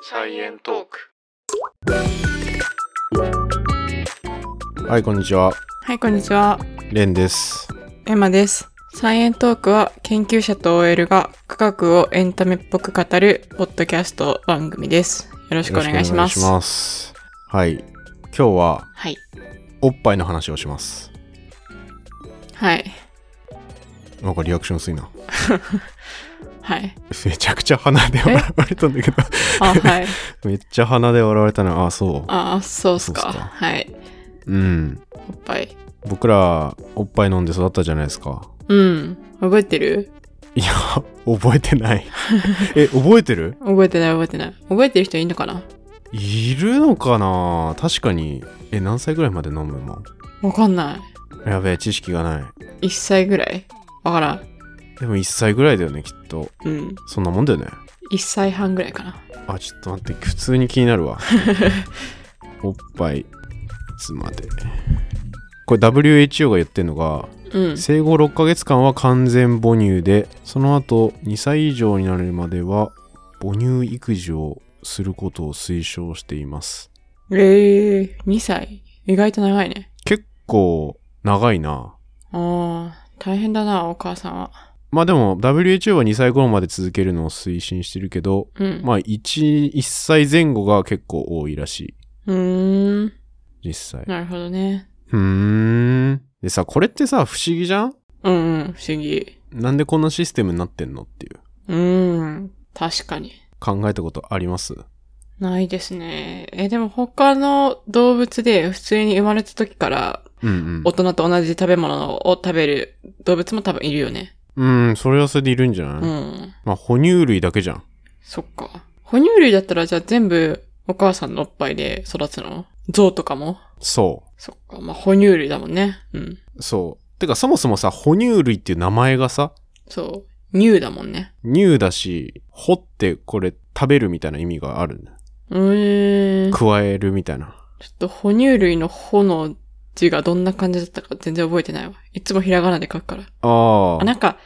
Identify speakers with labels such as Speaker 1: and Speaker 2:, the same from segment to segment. Speaker 1: サイエントーク。
Speaker 2: はい、こんにちは。
Speaker 1: はい、こんにちは。
Speaker 2: レンです。
Speaker 1: エマです。サイエントークは研究者と OL が科学をエンタメっぽく語るポッドキャスト番組です。よろしくお願いします。
Speaker 2: よろくお願いしますはい。今日は、
Speaker 1: はい。
Speaker 2: おっぱいの話をします。
Speaker 1: はい。
Speaker 2: なんかリアクション薄いな。
Speaker 1: はい。
Speaker 2: めちゃくちゃ鼻で笑われたんだけど。
Speaker 1: あ、はい。
Speaker 2: めっちゃ鼻で笑われたな。あ、そ
Speaker 1: あ、そうっすか。
Speaker 2: そうっすか
Speaker 1: はい。
Speaker 2: う。うん。
Speaker 1: おっぱい。
Speaker 2: 僕ら、おっぱい飲んで育ったじゃないですか。
Speaker 1: うん。覚えてる
Speaker 2: いや、覚えて ない。え、覚えてる
Speaker 1: 覚えてない覚えてない。覚えてる人いるのかない
Speaker 2: るのかな確かに。え、何歳ぐらいまで飲むもん
Speaker 1: わかんな
Speaker 2: やべえ、知識がない。
Speaker 1: い。1歳ぐらいわからん。
Speaker 2: でも1歳ぐらいだよね、きっと。
Speaker 1: うん。
Speaker 2: そんなもんだよね。
Speaker 1: 1歳半ぐらいかな。
Speaker 2: あ、ちょっと待って、普通に気になる わ。おっぱい、いつまで。これ WHO が言ってるのが、
Speaker 1: うん。
Speaker 2: 生後6ヶ月間は完全母乳で、その後2歳以上になるまでは母乳育児をすることを推奨しています。
Speaker 1: ええー、2歳意外と長いね。
Speaker 2: 結構長いな。
Speaker 1: ああ、大変だな、お母さんは。
Speaker 2: まあでも WHO は2歳頃まで続けるのを推進してるけど、
Speaker 1: うん。
Speaker 2: まあ 1, 1歳前後が結構多いらし
Speaker 1: うーん。
Speaker 2: い。実際。
Speaker 1: なるほどね。
Speaker 2: ふーん。でさ、これってさ、不思議じゃん
Speaker 1: うんうん、不思議。
Speaker 2: なんでこんなシステムになってんのっていう。
Speaker 1: うーん。確かに。
Speaker 2: 考えたことあります
Speaker 1: ないですね。え、でも他の動物で普通に生まれた時から
Speaker 2: うん
Speaker 1: 大人と同じ食べ物を食べる動物も多分いるよね。
Speaker 2: うん。うん、それはそれでいるんじゃない、
Speaker 1: うん。
Speaker 2: まあ、哺乳類だけじゃん。
Speaker 1: そっか。哺乳類だったらじゃあ全部お母さんのおっぱいで育つの象とかも
Speaker 2: そ
Speaker 1: そっか。まあ、哺乳類だもんね。うん。
Speaker 2: う。そう。てか、そもそもさ、哺乳類っていう名前がさ、
Speaker 1: そう。乳だもんね。
Speaker 2: 乳だし、掘ってこれ食べるみたいな意味があるんだ。
Speaker 1: うーん。ちょ
Speaker 2: 加えるみたいな。
Speaker 1: っと哺乳類の哺の字がどんな感じだったか全然覚えてないわ。いつもひらがなで書くから。
Speaker 2: あ
Speaker 1: あ、
Speaker 2: あ。
Speaker 1: なんか、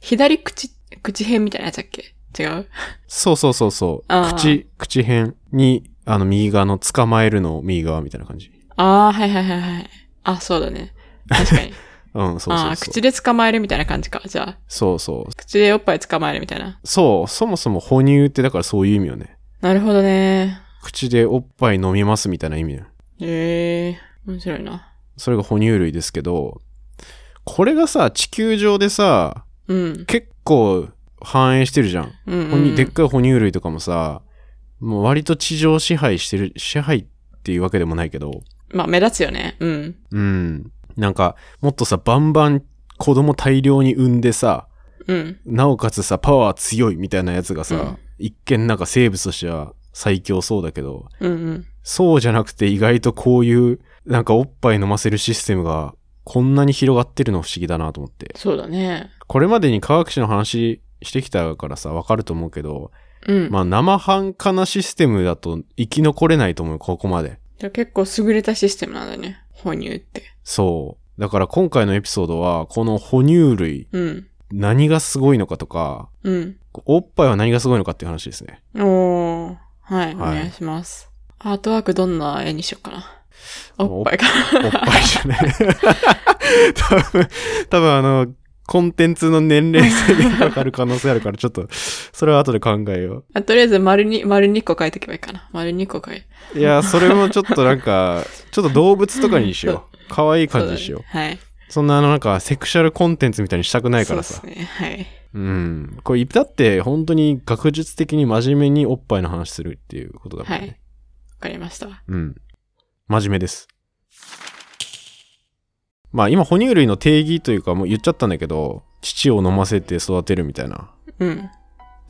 Speaker 1: 左口、口辺みたいなやつだっけ違う
Speaker 2: そうそうそうそう
Speaker 1: あ。ー
Speaker 2: 口、口辺に、あの、右側の捕まえるの右側みたいな感じ。
Speaker 1: ああ、はいはいはいはい。あ、そうだね。確かに。
Speaker 2: うん、 そう
Speaker 1: あ
Speaker 2: そ
Speaker 1: あ
Speaker 2: う
Speaker 1: ー、
Speaker 2: そう。
Speaker 1: 口で捕まえるみたいな感じか。じゃあ、
Speaker 2: そうそう。
Speaker 1: 口でおっぱい捕まえるみたいな。
Speaker 2: そう、そもそも哺乳ってだからそういう意味よね。
Speaker 1: なるほどね。
Speaker 2: 口でおっぱい飲みますみたいな意味だよ。
Speaker 1: へえー、面白いな。
Speaker 2: それが哺乳類ですけど、これがさ、地球上でさ、
Speaker 1: うん。
Speaker 2: 結構繁栄してるじゃん。
Speaker 1: うん、う
Speaker 2: 哺乳
Speaker 1: ん。
Speaker 2: でっかい哺乳類とかもさ、もう割と地上支配してる、支配っていうわけでもないけど、
Speaker 1: まあ、目立つよね。うん。
Speaker 2: うん。なんか、もっとさ、バンバン子供大量に産んでさ、
Speaker 1: うん。
Speaker 2: なおかつさ、パワー強いみたいなやつがさ、
Speaker 1: うん
Speaker 2: 一見なんか生物としては最強そうだけど、
Speaker 1: うんうん。
Speaker 2: そうじゃなくて意外とこういう、なんかおっぱい飲ませるシステムがこんなに広がってるの不思議だなと思って。
Speaker 1: そうだね。
Speaker 2: これまでに科学史の話してきたからさ、わかると思うけど、
Speaker 1: うん。
Speaker 2: まあ生半可なシステムだと生き残れないと思う、ここまで。
Speaker 1: じゃあ結構優れたシステムなんだね。哺乳って。
Speaker 2: そう。だから今回のエピソードは、この哺乳類、
Speaker 1: うん。
Speaker 2: 何がすごいのかとか、
Speaker 1: うん。
Speaker 2: おっぱいは何がすごいのかっていう話ですね。
Speaker 1: おー。はい、
Speaker 2: はい
Speaker 1: お願いします。アートワークどんな絵にしようかな。おっぱいか。
Speaker 2: おっぱいじゃない。多分、多分あの、コンテンツの年齢制限がかかる可能性あるから、ちょっと、それは後で考えよ
Speaker 1: あとりあえず丸に、丸2個書いとけばいいかな。丸2個書い。
Speaker 2: う。いや、それもちょっとなんか、ちょっと動物とかにしよう。可愛い感じにしよう。
Speaker 1: そうだねはい。
Speaker 2: そんなあのなんか、セクシャルコンテンツみたいにしたくないからさ。
Speaker 1: そうですね。はい。
Speaker 2: うん。これ、だって本当に学術的に真面目におっぱいの話するっていうことだもんね。
Speaker 1: はいわかりました。
Speaker 2: うん。真面目です。まあ今、哺乳類の定義というかもう言っちゃったんだけど、乳を飲ませて育てるみたいな
Speaker 1: うん。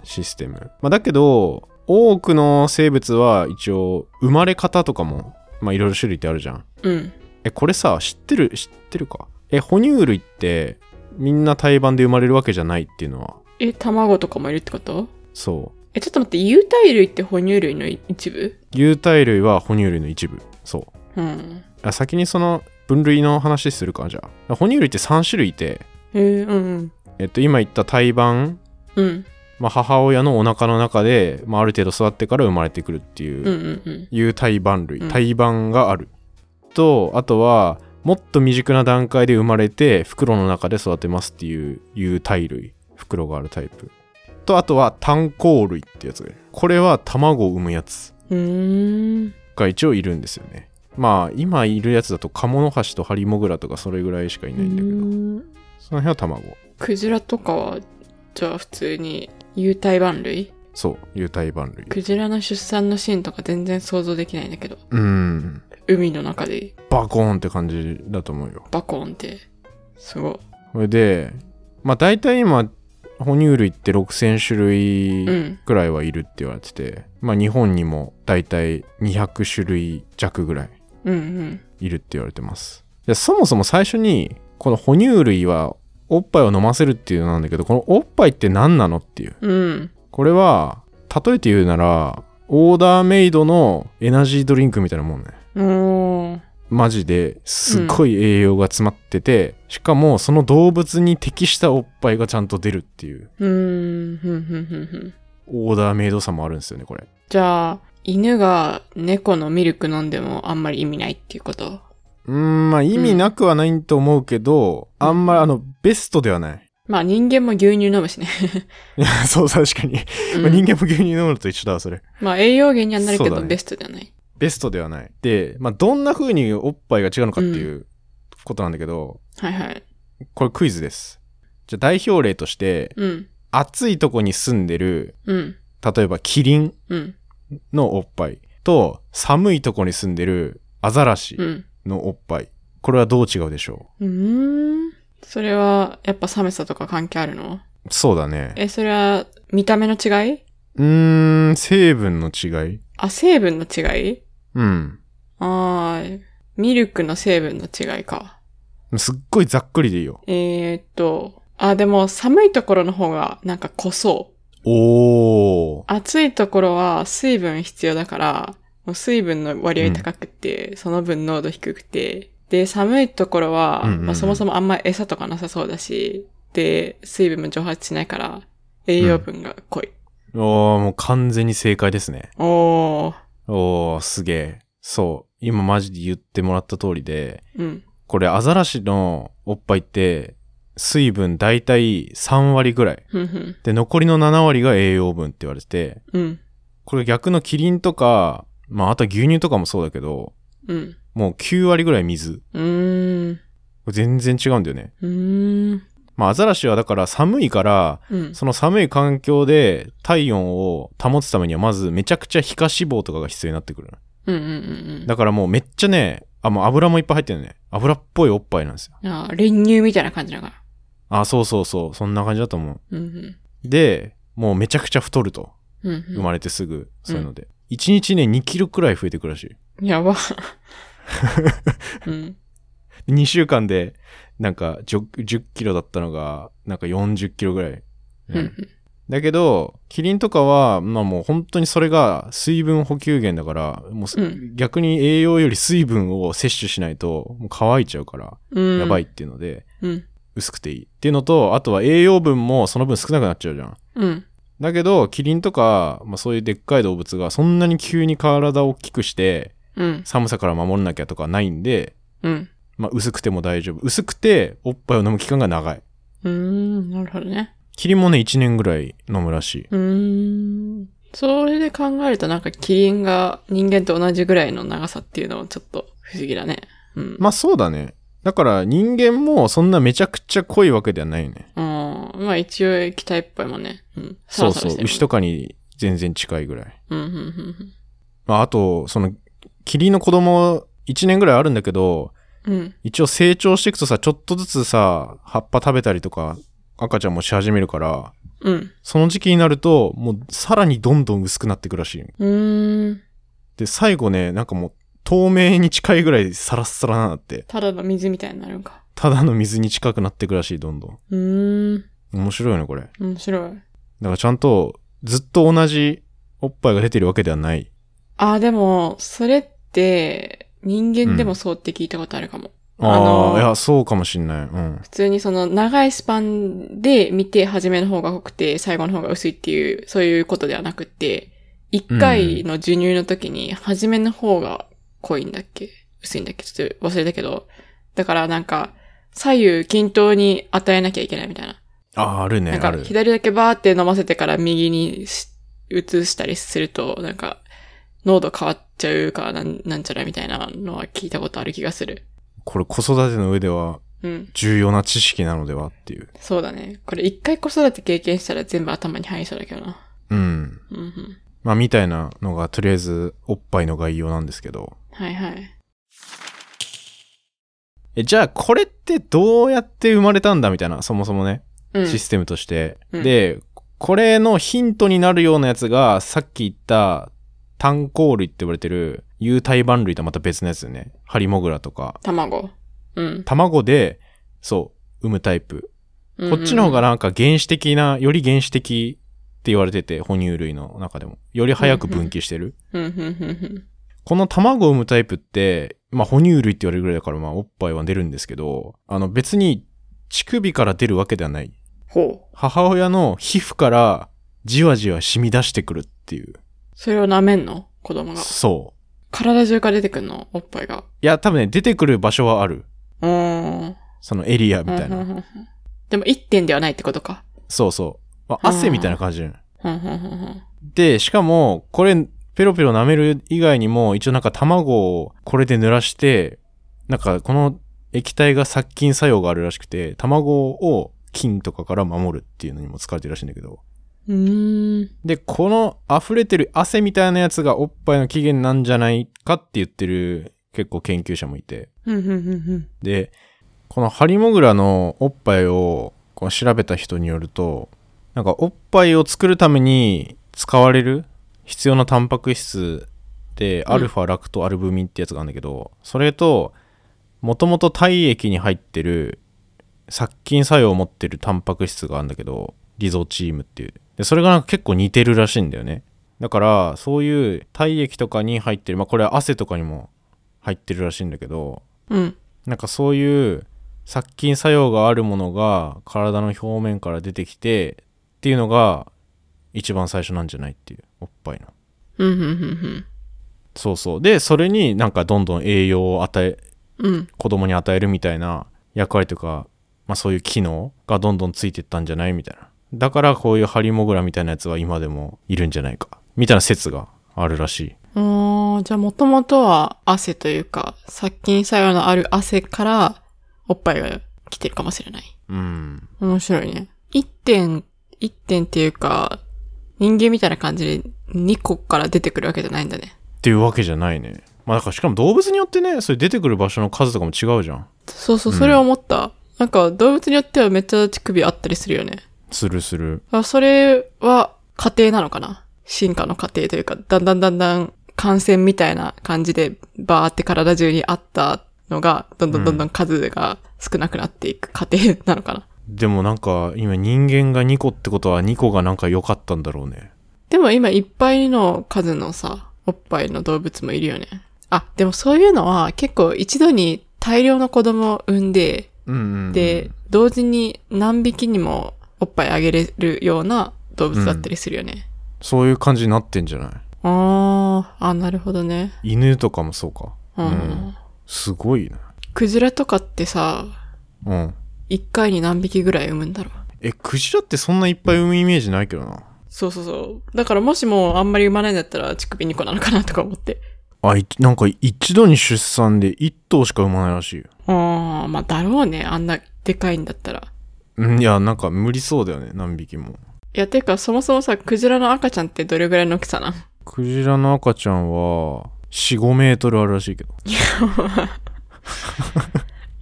Speaker 2: システム。まあだけど、多くの生物は一応、生まれ方とかも、まあいろいろ種類ってあるじゃん。
Speaker 1: うん。
Speaker 2: え、これさ、知ってる、知ってるかえ、哺乳類って、みんな胎盤で生まれるわけじゃないっていうのは、
Speaker 1: え、卵とかもいるってこと
Speaker 2: そう。
Speaker 1: え、ちょっと待って、有袋類って哺乳類の一部
Speaker 2: 有袋類は哺乳類の一部。そう。
Speaker 1: うん。
Speaker 2: あ先にその分類の話するかじゃあ哺乳類って3種類いて
Speaker 1: えー、うん
Speaker 2: えっと今言った胎盤
Speaker 1: うん。うん。
Speaker 2: まあ、母親のお腹の中で、まあ、ある程度育ってから生まれてくるっていう、
Speaker 1: うんうんうん。
Speaker 2: いう胎盤類、
Speaker 1: うん
Speaker 2: 胎盤があるとあとはもっと未熟な段階で生まれて袋の中で育てますっていういう体類袋があるタイプとあとは炭鉱類ってやつがいるこれは卵を産むやつ
Speaker 1: うーん。
Speaker 2: が一応いるんですよねまあ今いるやつだとカモノハシとハリモグラとかそれぐらいしかいないんだけど
Speaker 1: うーん
Speaker 2: その辺は卵
Speaker 1: クジラとかは、じゃあ普通に、有体盤類
Speaker 2: そういう胎盤類
Speaker 1: クジラの出産のシーンとか全然想像できないんだけど、
Speaker 2: うん
Speaker 1: 海の中で
Speaker 2: バコーンって感じだと思うよ
Speaker 1: バコーンって、すごい。
Speaker 2: それでまあ大体今哺乳類って6,000種類
Speaker 1: うん。
Speaker 2: くらいはいるって言われてて、まあ日本にも大体200種類弱ぐらい
Speaker 1: うんうん。
Speaker 2: いるって言われてますでそもそも最初にこの哺乳類はおっぱいを飲ませるっていうのなんだけどこのおっぱいって何なのっていう
Speaker 1: うん。
Speaker 2: これは例えて言うならオーダーメイドのエナジードリンクみたいなもんね
Speaker 1: おー。
Speaker 2: マジですっごい栄養が詰まってて、しかもその動物に適したおっぱいがちゃんと出るっていう
Speaker 1: うーん。ふんふんふんふん。
Speaker 2: オーダーメイドさもあるんですよねこれ
Speaker 1: じゃあ、犬が猫のミルク飲んでもあんまり意味ないっていうこと
Speaker 2: うーんまあ意味なくはないと思うけど、
Speaker 1: うん
Speaker 2: あんまりあのベストではない
Speaker 1: まあ人間も牛乳飲むしね。
Speaker 2: いや そう確かに、
Speaker 1: うん
Speaker 2: まあ 人間も牛乳飲むのと一緒だわそれ
Speaker 1: まあ栄養源にはなるけ
Speaker 2: そう
Speaker 1: ど、
Speaker 2: だね
Speaker 1: ベストじゃない。
Speaker 2: ベストではないで、まあ、どんな風におっぱいが違うのかっていううことなんだけど、
Speaker 1: はいはい。
Speaker 2: これクイズですじゃあ代表例として
Speaker 1: うん。
Speaker 2: 暑いとこに住んでる
Speaker 1: うん。
Speaker 2: 例えばキリン
Speaker 1: うん。
Speaker 2: のおっぱいと寒いとこに住んでるアザラシ
Speaker 1: うん。
Speaker 2: のおっぱい、これはどう違うでしょ
Speaker 1: うーん。それは、やっぱ寒さとか関係あるの
Speaker 2: うそうだね
Speaker 1: え、それは、見た目の違いう
Speaker 2: ーん成分の違い
Speaker 1: あ、成分の違い
Speaker 2: うん
Speaker 1: あー、ミルクの成分の違いか。
Speaker 2: すっごいざっくりでいいよ
Speaker 1: えー、っと、あ、でも寒いところの方がなんか濃そう。
Speaker 2: おお
Speaker 1: 暑いところは水分必要だから、もう水分の割合高くて、その分濃度低くて、で、寒いところは、
Speaker 2: うんうんうん
Speaker 1: まあ、そもそもあんま餌とかなさそうだし、で、水分も蒸発しないから、栄養分が濃い。
Speaker 2: おーもう完全に正解ですね。
Speaker 1: おー、
Speaker 2: おー、すげえ。そう。今マジで言ってもらった通りで、
Speaker 1: うん。
Speaker 2: これアザラシのおっぱいって、水分だいたい3割ぐらい。
Speaker 1: ふんふん。
Speaker 2: で、残りの7割が栄養分って言われてて、
Speaker 1: うん。
Speaker 2: これ逆のキリンとか、まああとは牛乳とかもそうだけど、
Speaker 1: うん。
Speaker 2: もう9割ぐらい水。
Speaker 1: うーん。
Speaker 2: 全然違うんだよね。
Speaker 1: うーん。
Speaker 2: まあアザラシはだから寒いから、
Speaker 1: うん。
Speaker 2: その寒い環境で体温を保つためにはまずめちゃくちゃ皮下脂肪とかが必要になってくる。
Speaker 1: うんうんうん
Speaker 2: だからもうめっちゃね、あ、もう油もいっぱい入ってるね。油っぽいおっぱいなんですよ。
Speaker 1: うん。あー練乳みたいな感じだから。
Speaker 2: あ、そうそうそう。そんな感じだと思
Speaker 1: うんうん。
Speaker 2: う。で、もうめちゃくちゃ太ると。
Speaker 1: うん、
Speaker 2: 生まれてすぐ、そういうので。1日ね、2キロくらい増えてくらしい。
Speaker 1: うん。やば。うん。
Speaker 2: 2週間で、なんか10、10キロだったのが、なんか40キロぐらい。
Speaker 1: うんう
Speaker 2: ね
Speaker 1: ん。
Speaker 2: だけど、キリンとかは、まあもう本当にそれが水分補給源だから、もうす、
Speaker 1: うん
Speaker 2: 逆に栄養より水分を摂取しないと、もう乾いちゃうから、
Speaker 1: うん。
Speaker 2: やばいっ。ていうので、
Speaker 1: うん。
Speaker 2: 薄くていいっていうのとあとは栄養分もその分少なくなっちゃうじゃん
Speaker 1: うん。
Speaker 2: だけどキリンとか、まあ、そういうでっかい動物がそんなに急に体を大きくして
Speaker 1: うん。
Speaker 2: 寒さから守んなきゃとかないんで、
Speaker 1: うん。
Speaker 2: まあ、薄くても大丈夫薄くておっぱいを飲む期間が長いう
Speaker 1: ーん、なるほどね。
Speaker 2: キリンもね1年ぐらい飲むらしいう
Speaker 1: ーん。それで考えるとなんかキリンが人間と同じぐらいの長さっていうのはちょっと不思議だね。うん。
Speaker 2: まあそうだねだから人間もそんなめちゃくちゃ濃いわけではないよね
Speaker 1: うん。まあ一応液体っぽいもんね。うん。
Speaker 2: そうそう牛と
Speaker 1: か。
Speaker 2: かに全然近いぐらい
Speaker 1: うん、うん、うん
Speaker 2: まああとそのキリンの子供1年ぐらいあるんだけど
Speaker 1: うん。うん。
Speaker 2: 一応成長していくとさ、ちょっとずつさ、葉っぱ食べたりとか、赤ちゃんもし始めるから、
Speaker 1: うん。
Speaker 2: その時期になると、もうさらにどんどん薄くなってくらしい。
Speaker 1: うーん。
Speaker 2: で、最後ね、なんかもう透明に近いぐらいサラッサラなんだって、
Speaker 1: ただの水みたいになるんか。
Speaker 2: ただの水に近くなってくらしい、どんどん。
Speaker 1: うーん。
Speaker 2: 面白いよね、これ。だか
Speaker 1: 面白い。
Speaker 2: らちゃんと、ずっと同じおっぱいが出てるわけではない。
Speaker 1: あー、でも、それって人間でもそうって聞いたことあるかも。
Speaker 2: あ
Speaker 1: あ
Speaker 2: あ
Speaker 1: の
Speaker 2: ーいやそうかもしんないうん
Speaker 1: 普通にその長いスパンで見て初めの方が濃くて最後の方が薄いっていう、そういうことではなくて、一回の授乳の時に初めの方が濃いんだっけ薄いんだっけちょっと忘れたけど。だからなんか、左右均等に与えなきゃいけないみたいな。
Speaker 2: あーあるね
Speaker 1: なん
Speaker 2: あ
Speaker 1: か
Speaker 2: る
Speaker 1: 左だけバーって飲ませてから右にし移したりすると、なんか、濃度変わっちゃうからなんなんちゃらみたいなのは聞いたことある気がする。
Speaker 2: これ子育ての上では
Speaker 1: うん。
Speaker 2: 重要な知識なのではっていう
Speaker 1: そうだね。これ一回子育て経験したら全部頭に入りそうだけどな。
Speaker 2: うん
Speaker 1: うんうん。
Speaker 2: まあみたいなのがとりあえずおっぱいの概要なんですけど
Speaker 1: はいはい。
Speaker 2: えじゃあこれってどうやって生まれたんだみたいなそもそもね
Speaker 1: うん。
Speaker 2: システムとして、
Speaker 1: うん
Speaker 2: でこれのヒントになるようなやつがさっき言った炭鉱類って呼ばれてる有胎盤類とはまた別のやつよねハリモグラとか
Speaker 1: 卵。うん。
Speaker 2: 卵でそう産むタイプ
Speaker 1: うんうん
Speaker 2: こっちの方がなんか原始的なより原始的って言われてて哺乳類の中でもより早く分岐してる、
Speaker 1: うんうんうん
Speaker 2: この卵を産むタイプって、まあ、哺乳類って言われるぐらいだから、まあ、おっぱいは出るんですけど、あの、別に、乳首から出るわけではない。
Speaker 1: うん。ほう。
Speaker 2: 母親の皮膚から、じわじわ染み出してくるっていう。
Speaker 1: それを舐めんの子供が。
Speaker 2: そう。
Speaker 1: 体中から出てくんのおっぱいが。
Speaker 2: いや、多分ね、出てくる場所はある。
Speaker 1: うーん。
Speaker 2: そのエリアみたい
Speaker 1: うんうん
Speaker 2: な。
Speaker 1: うんうんでも一点ではないってことか。
Speaker 2: そうそう。まあ、
Speaker 1: あー
Speaker 2: 汗みたいな感じじゃない
Speaker 1: うんうんうん
Speaker 2: で、しかも、これ、ペロペロ舐める以外にも、一応なんか卵をこれで濡らして、なんかこの液体が殺菌作用があるらしくて、卵を菌とかから守るっていうのにも使われてるらしいんだけど。
Speaker 1: うん。うーん。
Speaker 2: で、この溢れてる汗みたいなやつがおっぱいの起源なんじゃないかって言ってる結構研究者もいて。
Speaker 1: うんうんうん
Speaker 2: で、このハリモグラのおっぱいをこう調べた人によると、なんかおっぱいを作るために使われる必要なタンパク質で、
Speaker 1: うん
Speaker 2: アルファラクトアルブミンってやつがあるんだけど、それと、もともと体液に入ってる殺菌作用を持ってるタンパク質があるんだけど、リゾチームっていう。で、それがなんか結構似てるらしいんだよね。だから、そういう体液とかに入ってる、まあこれは汗とかにも入ってるらしいんだけど、
Speaker 1: うん。うん。
Speaker 2: なんかそういう殺菌作用があるものが体の表面から出てきてっていうのが一番最初なんじゃないっていうおっぱいの
Speaker 1: うんうんうん
Speaker 2: そうそうでそれになんかどんどん栄養を与え
Speaker 1: うん。うん。
Speaker 2: 子供に与えるみたいな役割とか、まあ、そういう機能がどんどんついてったんじゃないみたいなだからこういうハリモグラみたいなやつは今でもいるんじゃないかみたいな説があるらしい
Speaker 1: あーじゃあもともとは汗というか、殺菌作用のある汗から、おっぱいが来てるかもしれない。
Speaker 2: うん
Speaker 1: 面白いね。一点、一点っていうか、人間みたいな感じで二個から出てくるわけじゃないんだね。
Speaker 2: っていうわけじゃないねまあだからしかも動物によってねそれ出てくる場所の数とかも違うじゃん
Speaker 1: そうそう、
Speaker 2: うん
Speaker 1: それは思った。なんか動物によってはめっちゃ乳首あったりするよね。
Speaker 2: するする
Speaker 1: あそれは過程なのかな進化の過程というか、だんだんだんだん感染みたいな感じでバーって体中にあったのが、どんどんどんどん数が少なくなっていく過程なのかな、
Speaker 2: でもなんか今人間が2個ってことは2個がなんか良かったんだろうね
Speaker 1: でも今いっぱいの数のさ、おっぱいの動物もいるよね。あ、でもそういうのは結構一度に大量の子供を産んで、
Speaker 2: うんうん、
Speaker 1: で、同時に何匹にもおっぱいあげれるような動物だったりするよね。
Speaker 2: そういう感じになってんじゃな
Speaker 1: あーあ、なるほどね。
Speaker 2: い犬とかもそうか
Speaker 1: うん。
Speaker 2: うんすごいな
Speaker 1: クジラとかってさ、
Speaker 2: うん
Speaker 1: 一回に何匹ぐらい産むんだろう。
Speaker 2: えクジラってそんないっぱい産むイメージないけどな
Speaker 1: そうそうそう。だからもしもあんまり産まないんだったら乳首2個なのかなとか思って。
Speaker 2: あいなんか一度に出産で1頭しか産まないらしいよ
Speaker 1: ああ、まあだろうね。あんなでかいんだったら。
Speaker 2: うんいやなんか無理そうだよね何匹も
Speaker 1: いや、てか、そもそもさ、クジラの赤ちゃんってどれぐらいの大きさなん
Speaker 2: クジラの赤ちゃんは45メートルあるらしいけど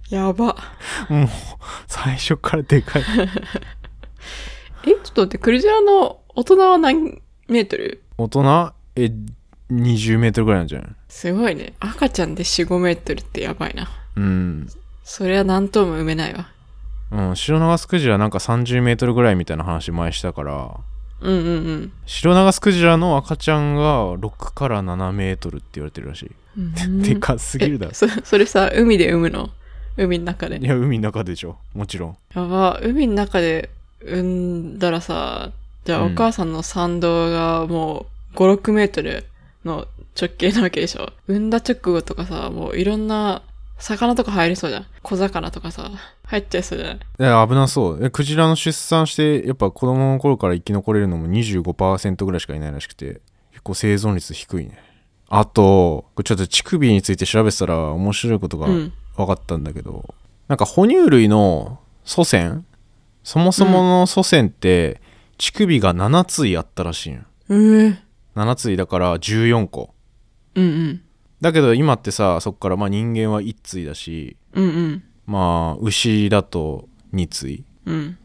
Speaker 1: やば。
Speaker 2: もう最初からでかい
Speaker 1: え、ちょっと待って、クジラの大人は何メートル
Speaker 2: 大人え20メートルぐらいなんじゃない
Speaker 1: すごいね。赤ちゃんで4、5メートルってやばいな。
Speaker 2: うん
Speaker 1: そりゃ何頭も産めないわ。
Speaker 2: うん、シロナガスクジラなんか30メートルぐらいみたいな話前したから、
Speaker 1: うんうんうん。
Speaker 2: シロナガスクジラの赤ちゃんが6から7メートルって言われてるらしい。
Speaker 1: うん
Speaker 2: でかすぎるだろ
Speaker 1: え。そそれさ海で産むの海の中で
Speaker 2: い。や、海の中でしょ。もちろん。
Speaker 1: やば、海の中で産んだらさ、じゃあ
Speaker 2: う
Speaker 1: お
Speaker 2: ん
Speaker 1: 母さんの産道がもう5、6メートルの直径なわけでしょ。産んだ直後とかさ、もういろんな魚とか入りそうじゃん。小魚とかさ、入っちゃいそうじゃない
Speaker 2: いや危なそう。えクジラの出産して、やっぱ子供の頃から生き残れるのも25%ぐらいしかいないらしくて、結構生存率低いね。あと、これちょっと乳首について調べてたら面白いことが
Speaker 1: うん
Speaker 2: 分かったんだけど、なんか哺乳類の祖先そもそもの祖先って、乳首が7ついあったらしいの。
Speaker 1: うえ。
Speaker 2: 7ついだから14個。
Speaker 1: うんうん。
Speaker 2: だけど今ってさ、そっからまあ人間は1ついだし、
Speaker 1: うんうん。
Speaker 2: まあ牛だと2つい。
Speaker 1: うん。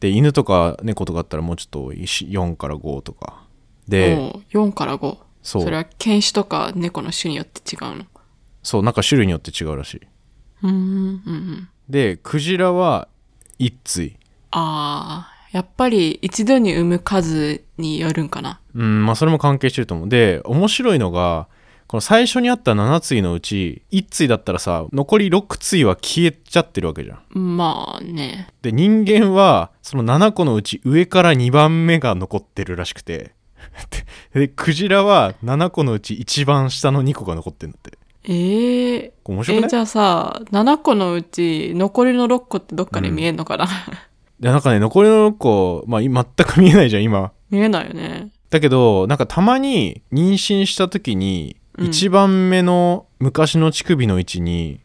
Speaker 2: で犬とか猫とかだったらもうちょっと多いし4から5とかで
Speaker 1: もう4から5。
Speaker 2: そ
Speaker 1: れ
Speaker 2: う
Speaker 1: は犬種とか猫の種によって違うの。
Speaker 2: そうなんか種類によって違うらしいう
Speaker 1: ーん、うんうん。
Speaker 2: でクジラは1対
Speaker 1: あー、やっぱり一度に産む数によるんかな。
Speaker 2: うんまあそれも関係してると思うで面白いのがこの最初にあった7対のうち1対だったらさ残り6対は消えちゃってるわけじゃん
Speaker 1: まあね。
Speaker 2: で人間はその7個のうち上から2番目が残ってるらしくて でクジラは7個のうち一番下の2個が残ってるんだって
Speaker 1: ええ
Speaker 2: これ面白
Speaker 1: え
Speaker 2: くない
Speaker 1: じゃあさ、7個のうち残りの6個ってどっかで見えん のかな、
Speaker 2: いやなんかね残りの6個、まあ、い 全く見えないじゃん今
Speaker 1: 見えないよね。
Speaker 2: だけどなんかたまに妊娠した時に
Speaker 1: うん
Speaker 2: 1番目の昔の乳首の位置に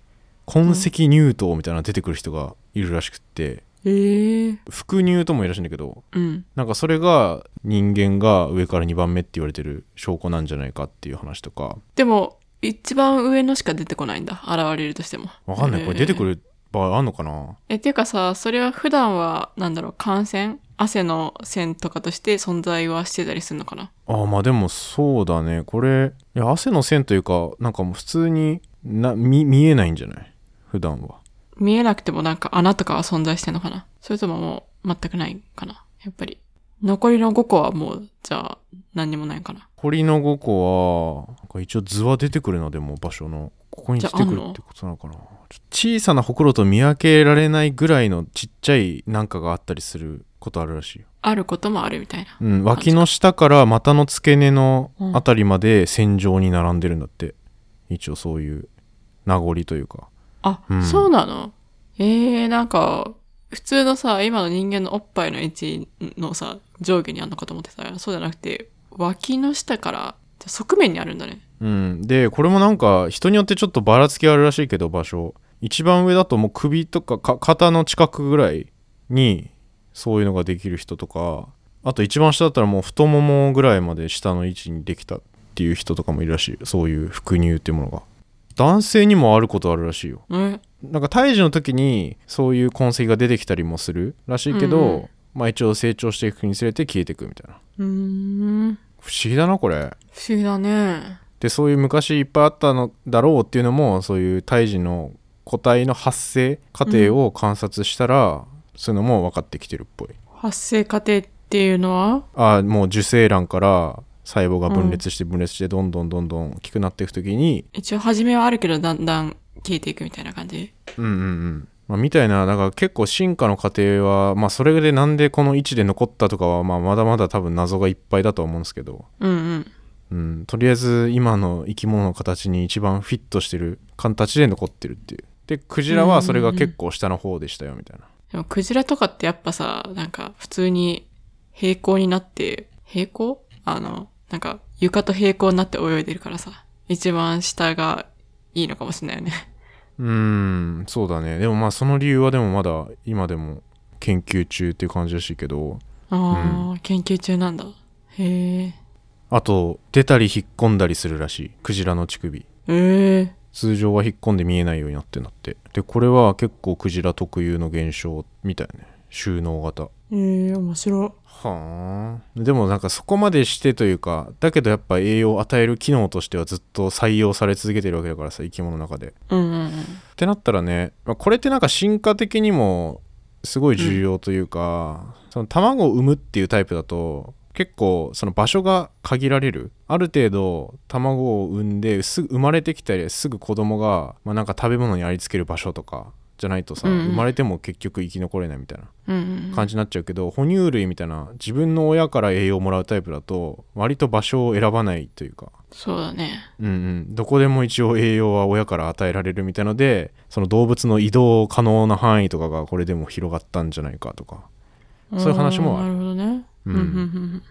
Speaker 2: 痕跡乳頭みたいなのが出てくる人がいるらしくって
Speaker 1: ええ
Speaker 2: 副乳ともいらしいんだけど
Speaker 1: うん。
Speaker 2: なんかそれが人間が上から2番目って言われてる証拠なんじゃないかっていう話とか
Speaker 1: でも、一番上のしか出てこないんだ。現れるとしても。
Speaker 2: わかんないこれ出てく
Speaker 1: る。
Speaker 2: る場合あんのかな
Speaker 1: え、っていうかさ、それは普段は、なんだろう、感染汗の線とかとして存在はしてたりするのかな
Speaker 2: ああまあでもそうだねこれいや汗の線というかなんかもう普通にな見見えないんじゃない普段は
Speaker 1: 見えなくてもなんか穴とかは存在してんのかなそれとももう全くないかなやっぱり。残りの5個はもう、じゃあ、何にもないかな
Speaker 2: 堀の5個はなんか一応図は出てくるなでも場所のここに来てくるってことなのかなちょっと小さなほくろと見分けられないぐらいのちっちゃいなんかがあったりすることあるらしいよ、
Speaker 1: あることもあるみたいな。
Speaker 2: うん、脇の下から股の付け根のあたりまで線状に並んでるんだって、一応そういう名残というか
Speaker 1: あ、
Speaker 2: うん
Speaker 1: そうなのえー、なんか、普通のさ、今の人間のおっぱいの位置のさ、上下にあるのかと思ってたそうじゃなくて、脇の下から、じゃあ側面にあるんだね。
Speaker 2: うん、でこれもなんか人によってちょっとばらつきあるらしいけど場所一番上だともう首とかか肩の近くぐらいにそういうのができる人とかあと一番下だったらもう太ももぐらいまで下の位置にできたっていう人とかもいるらしいそういう副乳っていうものが男性にもあることあるらしいよ
Speaker 1: え
Speaker 2: なんか胎児の時にそういう痕跡が出てきたりもするらしいけど、
Speaker 1: うんうん
Speaker 2: まあ一応成長していくにつれて消えていくみたいな
Speaker 1: うーん、
Speaker 2: 不思議だなこれ
Speaker 1: 不思議だね。
Speaker 2: でそういう昔いっぱいあったのだろうっていうのもそういう胎児の個体の発生過程を観察したら、そういうのも分かってきてるっぽい
Speaker 1: 発生過程っていうのは
Speaker 2: あもう受精卵から細胞が分裂して分裂してどんどんどんどん大きくなっていく時に、
Speaker 1: 一応初めはあるけど、だんだん消えていくみたいな感じ。
Speaker 2: うん、うんうんまあみたいなだから結構進化の過程は、まあ、それでなんでこの位置で残ったとかは、まあ、まだまだ多分謎がいっぱいだとは思うんですけど、
Speaker 1: うんうん。
Speaker 2: うん、とりあえず今の生き物の形に一番フィットしてる形で残ってるっていうでクジラはそれが結構下の方でしたよみたいな、
Speaker 1: でも、クジラとかってやっぱさ、なんか、普通に平行になって、平行あの、なんか、床と平行になって泳いでるからさ、一番下がいいのかもしれないよね。
Speaker 2: うーんそうだねでもまあその理由はでもまだ今でも研究中っていう感じらしいけど
Speaker 1: ああ、研究中なんだ。へえ。
Speaker 2: あと出たり引っ込んだりするらしいクジラの乳首
Speaker 1: ええ
Speaker 2: 通常は引っ込んで見えないようになってんだってでこれは結構クジラ特有の現象みたいね収納型
Speaker 1: ええ面白
Speaker 2: はあでもなんかそこまでしてというかだけどやっぱ栄養を与える機能としてはずっと採用され続けてるわけだからさ生き物の中で。
Speaker 1: い。うんうん
Speaker 2: ってなったらね、まあこれってなんか進化的にもすごい重要というか、その卵を産むっていうタイプだと結構その場所が限られるある程度卵を産んですぐ生まれてきたりすぐ子供がまあなんか食べ物にありつける場所とかじゃないとさ、
Speaker 1: うんうん
Speaker 2: 生まれても結局生き残れないみたいな
Speaker 1: うん
Speaker 2: 感じになっちゃうけど、哺乳類みたいな自分の親から栄養をもらうタイプだと割と場所を選ばないというか、
Speaker 1: そうだね。
Speaker 2: うんうん、どこでも一応栄養は親から与えられるみたいのでその動物の移動可能な範囲とかがこれでも広がったんじゃないかとか、そういう話もある
Speaker 1: うんなるほどね。
Speaker 2: う
Speaker 1: うんんうんうん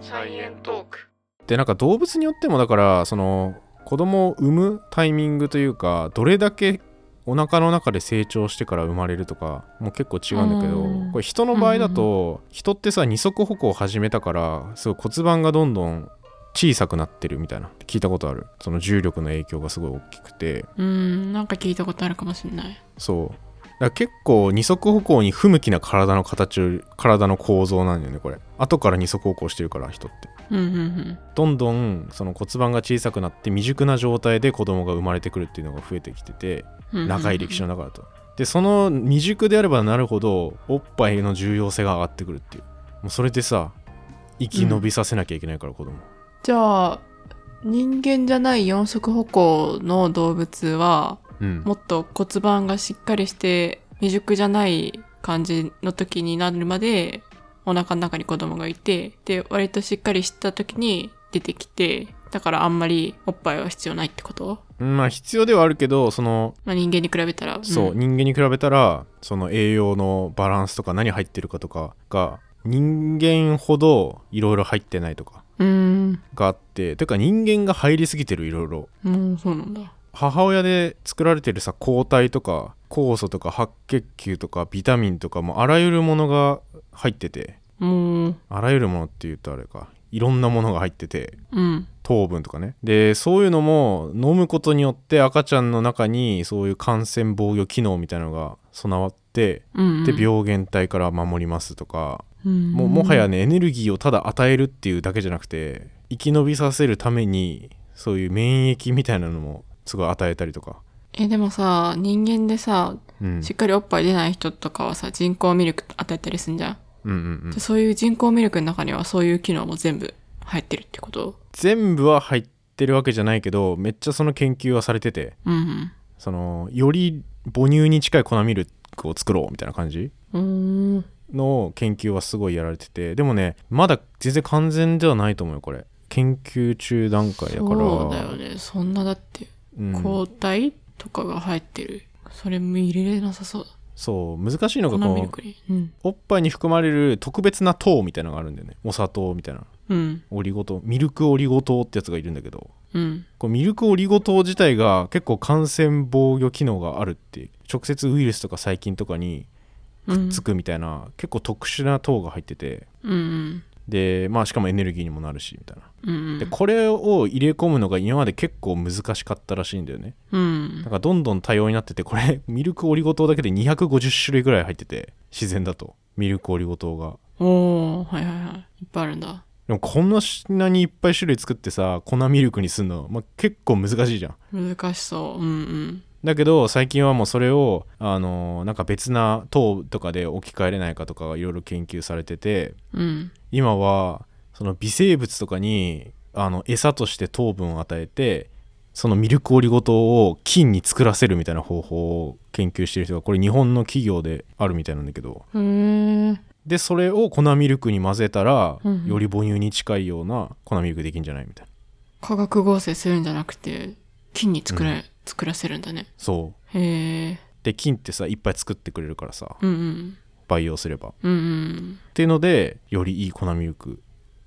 Speaker 1: サイエントーク。
Speaker 2: でなんか動物によってもだからその子供を産むタイミングというかどれだけお腹の中で成長してから生まれるとかもう結構違うんだけど、
Speaker 1: うん
Speaker 2: これ人の場合だと、人ってさ二足歩行を始めたからすごい骨盤がどんどん小さくなってるみたいな聞いたことあるその重力の影響がすごい大きくて
Speaker 1: うん、なんか聞いたことあるかもしれない。
Speaker 2: そうだから結構二足歩行に不向きな体の形を体の構造なんだよねこれ後から二足歩行してるから人って。
Speaker 1: うんうんうん。
Speaker 2: どんどんその骨盤が小さくなって未熟な状態で子供が生まれてくるっていうのが増えてきてて
Speaker 1: うんうんうん
Speaker 2: 長い歴史の中だと。でその未熟であればなるほどおっぱいの重要性が上がってくるっていうもうそれでさ生き延びさせなきゃいけないから子供、
Speaker 1: じゃあ、人間じゃない四足歩行の動物は、
Speaker 2: うん
Speaker 1: もっと骨盤がしっかりして、未熟じゃない感じの時になるまで、お腹の中に子供がいて、で、割としっかりした時に出てきて、だからあんまりおっぱいは必要ないってこと
Speaker 2: うんまあ必要ではあるけどその
Speaker 1: まあ人間に比べたら。
Speaker 2: そう、
Speaker 1: ん
Speaker 2: 人間に比べたらその栄養のバランスとか何入ってるかとかが人間ほどいろいろ入ってないとか
Speaker 1: うん。
Speaker 2: があっててか人間が入りすぎてるいろいろ
Speaker 1: もうそうなんだ。
Speaker 2: 母親で作られてるさ抗体とか酵素とか白血球とかビタミンとかもうあらゆるものが入ってて
Speaker 1: もう、
Speaker 2: あらゆるものっていうとあれかいろんなものが入ってて
Speaker 1: うん。
Speaker 2: 糖分とかねでそういうのも飲むことによって赤ちゃんの中にそういう感染防御機能みたいなのが備わって
Speaker 1: うん、うん。
Speaker 2: で病原体から守りますとか、
Speaker 1: うん、
Speaker 2: もうもはやねエネルギーをただ与えるっていうだけじゃなくて生き延びさせるためにそういう免疫みたいなのもすごい与えたりとか。
Speaker 1: え、でもさ、人間でさ、
Speaker 2: うん
Speaker 1: しっかりおっぱい出ない人とかはさ、人工ミルク与えたりすんじゃん。
Speaker 2: うんうんうん
Speaker 1: じゃあそういう人工ミルクの中にはそういう機能も全部入ってるってこと
Speaker 2: 全部は入ってるわけじゃないけどめっちゃその研究はされてて
Speaker 1: うん
Speaker 2: そのより母乳に近い粉ミルクを作ろうみたいな感じ
Speaker 1: うん。うーん。
Speaker 2: の研究はすごいやられててでもねまだ全然完全ではないと思うよこれ研究中段階だから
Speaker 1: そうだよね。そんなだって、
Speaker 2: うん
Speaker 1: 抗体とかが入ってる。それも入れれなさそうだ。
Speaker 2: そう難しいの
Speaker 1: 粉
Speaker 2: が
Speaker 1: ミ
Speaker 2: こ
Speaker 1: ル
Speaker 2: う
Speaker 1: クに。うん。
Speaker 2: おっぱいに含まれる特別な糖みたいなのがあるんだよねお砂糖みたいな
Speaker 1: うん。
Speaker 2: オリゴ糖ミルクオリゴ糖ってやつがいるんだけど
Speaker 1: うん。
Speaker 2: こうミルクオリゴ糖自体が結構感染防御機能があるって直接ウイルスとか細菌とかに
Speaker 1: うん。
Speaker 2: つくみたいな、結構特殊な糖が入ってて
Speaker 1: うん。
Speaker 2: でまあしかもエネルギーにもなるしみたいな、
Speaker 1: うん。
Speaker 2: でこれを入れ込むのが今まで結構難しかったらしいんだよね
Speaker 1: うん
Speaker 2: だ。からどんどん多様になっててこれ ミルクオリゴ糖だけで250種類ぐらい入ってて自然だとミルクオリゴ糖が
Speaker 1: おー、はいはいはい。いっぱいあるんだ。
Speaker 2: でもこんなにいっぱい種類作ってさ粉ミルクにすんの、まあ、結構難しいじゃん
Speaker 1: 難しそう。うん
Speaker 2: だけど最近はもうそれをあのーなんか別な糖とかで置き換えれないかとかいろいろ研究されてて
Speaker 1: うん。うん。
Speaker 2: 今はその微生物とかにあの餌として糖分を与えてそのミルクオリゴ糖を菌に作らせるみたいな方法を研究してる人がこれ日本の企業であるみたいなんだけど
Speaker 1: へー。
Speaker 2: でそれを粉ミルクに混ぜたら
Speaker 1: うんうん
Speaker 2: より母乳に近いような粉ミルクできんじゃないみたいな
Speaker 1: 化学合成するんじゃなくて、菌に作ら、作らせるんだね。
Speaker 2: そう
Speaker 1: へえ。
Speaker 2: で菌ってさいっぱい作ってくれるからさ
Speaker 1: うんうん。
Speaker 2: 培養すれば
Speaker 1: うんうん。
Speaker 2: っていうのでよりいい粉ミルク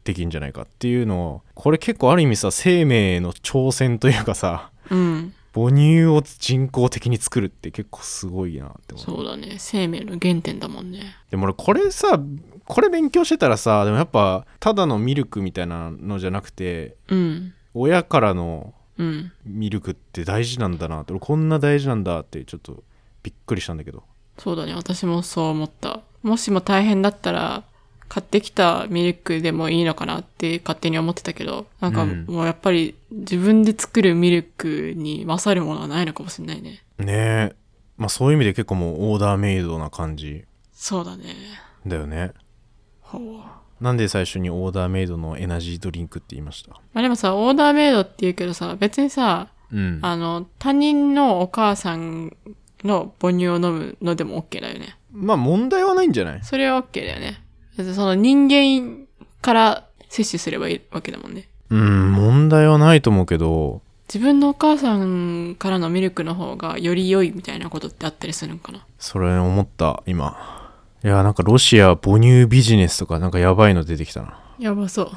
Speaker 2: できんじゃないかっていうのをこれ結構ある意味さ生命の挑戦というかさ
Speaker 1: うん。
Speaker 2: 母乳を人工的に作るって結構すごいなって思う
Speaker 1: そうだね。生命の原点だもんね。
Speaker 2: でも俺これさこれ勉強してたらさでもやっぱただのミルクみたいなのじゃなくて
Speaker 1: うん。
Speaker 2: 親からの
Speaker 1: うん。
Speaker 2: ミルクって大事なんだなって俺こんな大事なんだってちょっとびっくりしたんだけど
Speaker 1: そうだね。私もそう思った。もしも大変だったら、買ってきたミルクでもいいのかなって勝手に思ってたけど、なんか
Speaker 2: うん
Speaker 1: もうやっぱり自分で作るミルクに勝るものはないのかもしれないね。
Speaker 2: ねえまあそういう意味で結構もうオーダーメイドな感じ
Speaker 1: そうだね。
Speaker 2: だよね
Speaker 1: ほう。
Speaker 2: なんで最初にオーダーメイドのエナジードリンクって言いました
Speaker 1: まあでもさ、オーダーメイドって言うけどさ、別にさ、
Speaker 2: うん。
Speaker 1: あの、他人のお母さんの母乳を飲むのでも OK だよね。
Speaker 2: まあ問題はないんじゃない
Speaker 1: それは OK だよね。だってその人間から摂取すればいいわけだもんね。
Speaker 2: うん、問題はないと思うけど、
Speaker 1: 自分のお母さんからのミルクの方がより良いみたいなことってあったりするのかな
Speaker 2: それ思った、今。いや、なんかロシア母乳ビジネスとかなんかやばいの出てきたな。
Speaker 1: やばそう。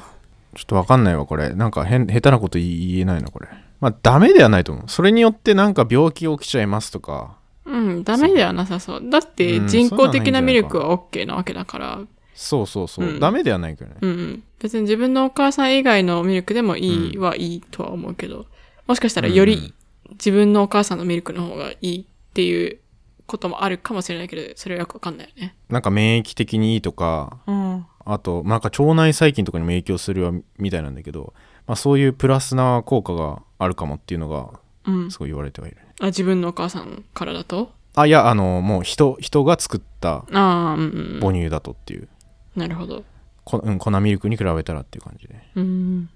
Speaker 2: ちょっとわかんないわ、これ。なんか変、下手なこと言えないな、これ。まあ、ダメではないと思う。それによってなんか病気起きちゃいますとか、
Speaker 1: うん、ダメではなさそう。だって
Speaker 2: うん
Speaker 1: 人工的なミルクは OK なわけだから、
Speaker 2: そうそうそう、
Speaker 1: うん
Speaker 2: ダメではないけどね。
Speaker 1: うんうん。別に自分のお母さん以外のミルクでもいいはいいとは思うけど、もしかしたらより自分のお母さんのミルクの方がいいっていうこともあるかもしれないけど、それはよくわかんないよね。
Speaker 2: なんか免疫的にいいとか、
Speaker 1: うん。
Speaker 2: あと、なんか腸内細菌とかにも影響するわみたいなんだけど、まあ、そういうプラスな効果があるかもっていうのが、
Speaker 1: うん。
Speaker 2: すごい言われてはいるね。
Speaker 1: あ、自分のお母さんからだと
Speaker 2: あ、いや、あの、もう人、人が作った
Speaker 1: ああ、うんうんうん。
Speaker 2: 母乳だとっていう、
Speaker 1: なるほど。
Speaker 2: こうん、粉ミルクに比べたらっていう感じで。
Speaker 1: うん。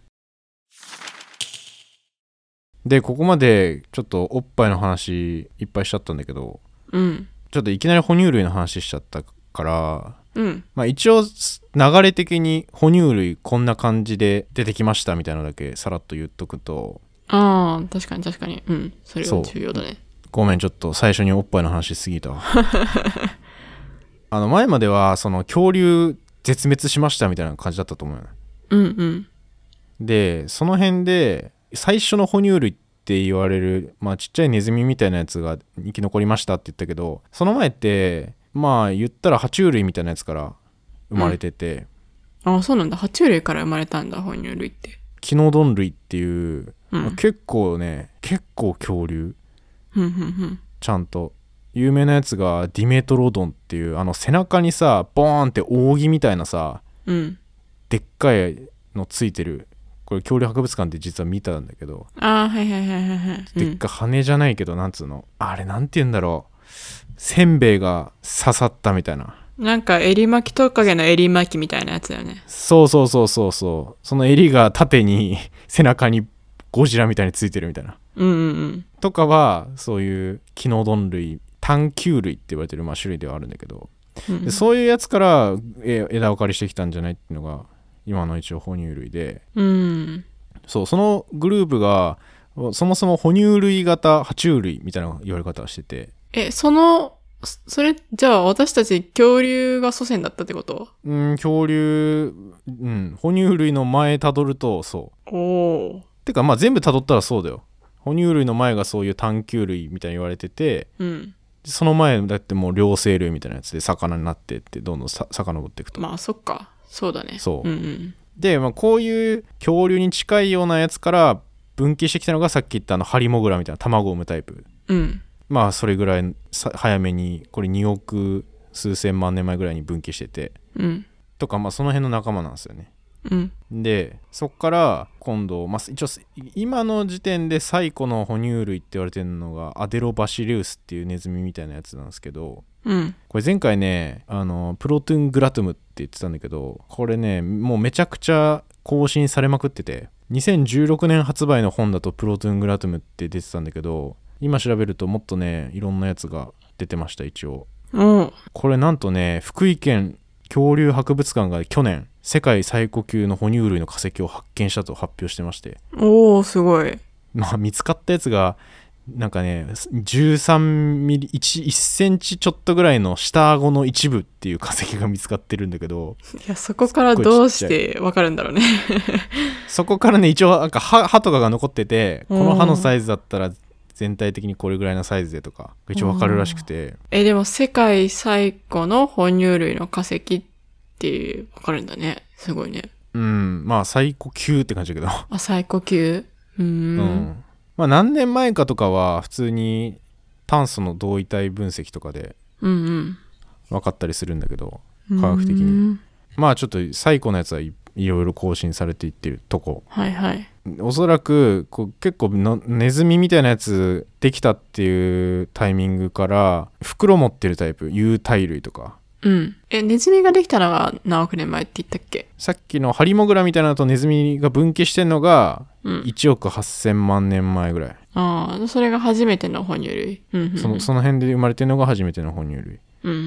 Speaker 2: で、ここまで、ちょっとおっぱいの話、いっぱいしちゃったんだけど、
Speaker 1: うん。
Speaker 2: ちょっといきなり哺乳類の話しちゃったから、
Speaker 1: うん。
Speaker 2: まあ、一応す流れ的に哺乳類こんな感じで出てきましたみたいなのだけさらっと言っとくと
Speaker 1: ああ、確かに確かに。うん。それ
Speaker 2: そ
Speaker 1: は
Speaker 2: う
Speaker 1: 重要だね。
Speaker 2: ごめんちょっと最初におっぱいの話しすぎたわ あの前まではその恐竜絶滅しましたみたいな感じだったと思うよね
Speaker 1: うんうん。
Speaker 2: でその辺で最初の哺乳類って言われる、まあ、ちっちゃいネズミみたいなやつが生き残りましたって言ったけどその前ってまあ言ったら爬虫類みたいなやつから生まれてて、
Speaker 1: ああ、そうなんだ。爬虫類から生まれたんだ、哺乳類って。
Speaker 2: キノドン類っていう、
Speaker 1: うん
Speaker 2: まあ結構ね結構恐竜
Speaker 1: うんうんうん。
Speaker 2: ちゃんと有名なやつがディメトロドンっていうあの背中にさボーンって扇みたいなさ
Speaker 1: うん。
Speaker 2: でっかいのついてるこれ恐竜博物館で実は見たんだけど、
Speaker 1: ああ、はいはいはいはいはい。
Speaker 2: でっか羽じゃないけどなんつうのあれなんて言うんだろうせんべいが刺さったみたいな
Speaker 1: なんか、エリマキトカゲのエリマキみたいなやつだよね。
Speaker 2: そうそうそうそうそうその襟が縦に背中にゴジラみたいについてるみたいな
Speaker 1: うんうん
Speaker 2: とかはそういうキノドン類探球類って言われてる、まあ、種類ではあるんだけど、
Speaker 1: うんうん。
Speaker 2: でそういうやつからえ枝分かれしてきたんじゃないっていうのが今の一応哺乳類で
Speaker 1: うん。
Speaker 2: そうそのグループがそもそも哺乳類型爬虫類みたいな言われ方をしてて
Speaker 1: え、その、そそれ、じゃあ私たち恐竜が祖先だったってこと
Speaker 2: うん恐竜うん哺乳類の前たどるとそう
Speaker 1: おお。
Speaker 2: てかまあ全部たどったらそうだよ哺乳類の前がそういう探球類みたいに言われてて
Speaker 1: うん。
Speaker 2: その前だってもう両生類みたいなやつで魚になってってどんどんさ遡っていくと
Speaker 1: まあ、そっか。そうだね。
Speaker 2: そう
Speaker 1: うん
Speaker 2: で、まあ、こういう恐竜に近いようなやつから分岐してきたのがさっき言ったあのハリモグラみたいな卵を産むタイプ
Speaker 1: うん。うん。
Speaker 2: まあそれぐらいさ早めにこれ2億数千万年前ぐらいに分岐してて
Speaker 1: うん。
Speaker 2: とかまあその辺の仲間なんですよね
Speaker 1: うん。
Speaker 2: でそっから今度、まあ、一応今の時点で最古の哺乳類って言われてるのがアデロバシリウスっていうネズミみたいなやつなんですけど
Speaker 1: うん。
Speaker 2: これ前回ねあのプロトゥングラトゥムって言ってたんだけどこれねもうめちゃくちゃ更新されまくってて2016年発売の本だとプロトゥングラトゥムって出てたんだけど今調べるともっとねいろんなやつが出てました一応
Speaker 1: おう
Speaker 2: これなんとね福井県恐竜博物館が去年世界最古級の哺乳類の化石を発見したと発表してまして
Speaker 1: おーすごい。
Speaker 2: まあ見つかったやつがなんかね13ミリ 1, 1センチちょっとぐらいの下顎の一部っていう化石が見つかってるんだけど
Speaker 1: いや、そこからどうしてわかるんだろうね。
Speaker 2: そこからね一応なんか歯歯とかが残っててこの歯のサイズだったら全体的にこれぐらいのサイズでとか一応わかるらしくて
Speaker 1: え、でも世界最古の哺乳類の化石っていう、わかるんだね。すごいね。
Speaker 2: うんまあ最古級って感じだけど
Speaker 1: あ、最古級う
Speaker 2: う
Speaker 1: ー。
Speaker 2: んんまあ何年前かとかは普通に炭素の同位体分析とかで
Speaker 1: うん
Speaker 2: 分かったりするんだけど
Speaker 1: うん。
Speaker 2: 科学的に
Speaker 1: うん
Speaker 2: まあちょっと最古のやつはいいろいろ更新されていってるとこ
Speaker 1: はいはい。
Speaker 2: おそらくこう結構のネズミみたいなやつできたっていうタイミングから袋持ってるタイプ有袋類とか
Speaker 1: うん。え、ネズミができたのが何億年前って言ったっけ
Speaker 2: さっきのハリモグラみたいなのとネズミが分岐してんのが
Speaker 1: うん。
Speaker 2: 1億8000万年前ぐらい、
Speaker 1: ああ、それが初めての哺乳類。うんうんうん。
Speaker 2: そのその辺で生まれてるのが初めての哺乳類
Speaker 1: うんうんう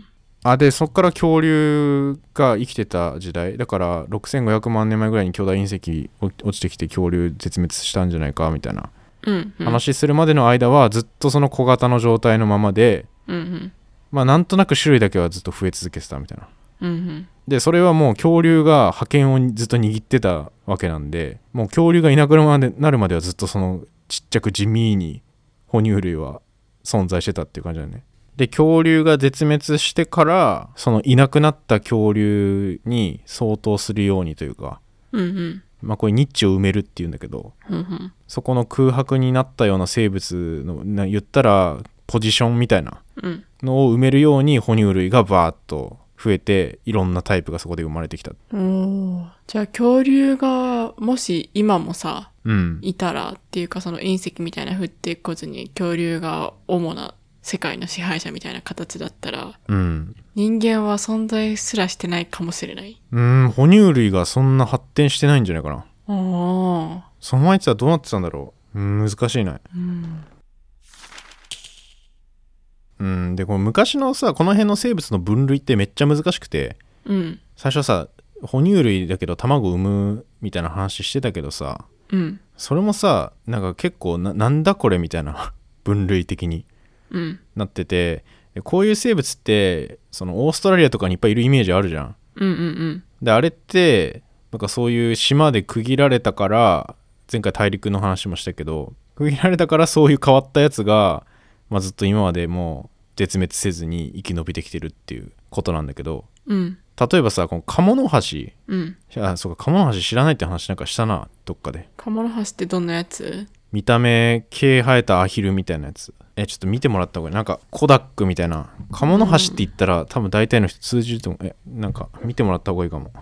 Speaker 1: ん
Speaker 2: あでそっから恐竜が生きてた時代だから6500万年前ぐらいに巨大隕石落落ちてきて恐竜絶滅したんじゃないかみたいな
Speaker 1: うん。うんうん。
Speaker 2: 話するまでの間はずっとその小型の状態のままで
Speaker 1: うんうん。
Speaker 2: まあなんとなく種類だけはずっと増え続けてたみたいな
Speaker 1: うんうん。
Speaker 2: でそれはもう恐竜が覇権をずっと握ってたわけなんでもう恐竜がいなくなるまでなるまではずっとそのちっちゃく地味に哺乳類は存在してたっていう感じだよねで恐竜が絶滅してからそのいなくなった恐竜に相当するようにというか
Speaker 1: うんうん。
Speaker 2: まあこれニッチを埋めるっていうんだけど
Speaker 1: うんうん。
Speaker 2: そこの空白になったような生物のな言ったらポジションみたいな
Speaker 1: うん。
Speaker 2: のを埋めるように哺乳類がバーッと増えていろんなタイプがそこで生まれてきた
Speaker 1: おーじゃあ恐竜がもし今もさ、
Speaker 2: うん
Speaker 1: いたらっていうかその隕石みたいな降ってこずに恐竜が主な世界の支配者みたいな形だったら
Speaker 2: うん
Speaker 1: 人間は存在すらしてないかもしれない。
Speaker 2: うん哺乳類がそんな発展してないんじゃないかな
Speaker 1: ああ。
Speaker 2: その前ってさどうなってたんだろううん難しいな
Speaker 1: うん。
Speaker 2: うんでこの昔のさこの辺の生物の分類ってめっちゃ難しくて
Speaker 1: うん。
Speaker 2: 最初さ哺乳類だけど卵を産むみたいな話してたけどさ
Speaker 1: うん。
Speaker 2: それもさなんか結構ななんだこれみたいな 分類的に
Speaker 1: うん。
Speaker 2: なっててでこういう生物ってそのオーストラリアとかにいっぱいいるイメージあるじゃん
Speaker 1: うんうん
Speaker 2: であれってなんかそういう島で区切られたから前回大陸の話もしたけど区切られたからそういう変わったやつが、まあ、ずっと今までもう絶滅せずに生き延びてきてるっていうことなんだけど
Speaker 1: うん。うん。
Speaker 2: 例えばさこのカモノハシ
Speaker 1: うん。
Speaker 2: あそうかカモノハシ知らないって話なんかしたなどっかで
Speaker 1: カモノハシってどんなやつ
Speaker 2: 見た目毛生えたアヒルみたいなやつえちょっと見てもらった方がいいなんかコダックみたいなカモノハシって言ったら、多分大体の人通じると思うえなんか見てもらった方がいいかも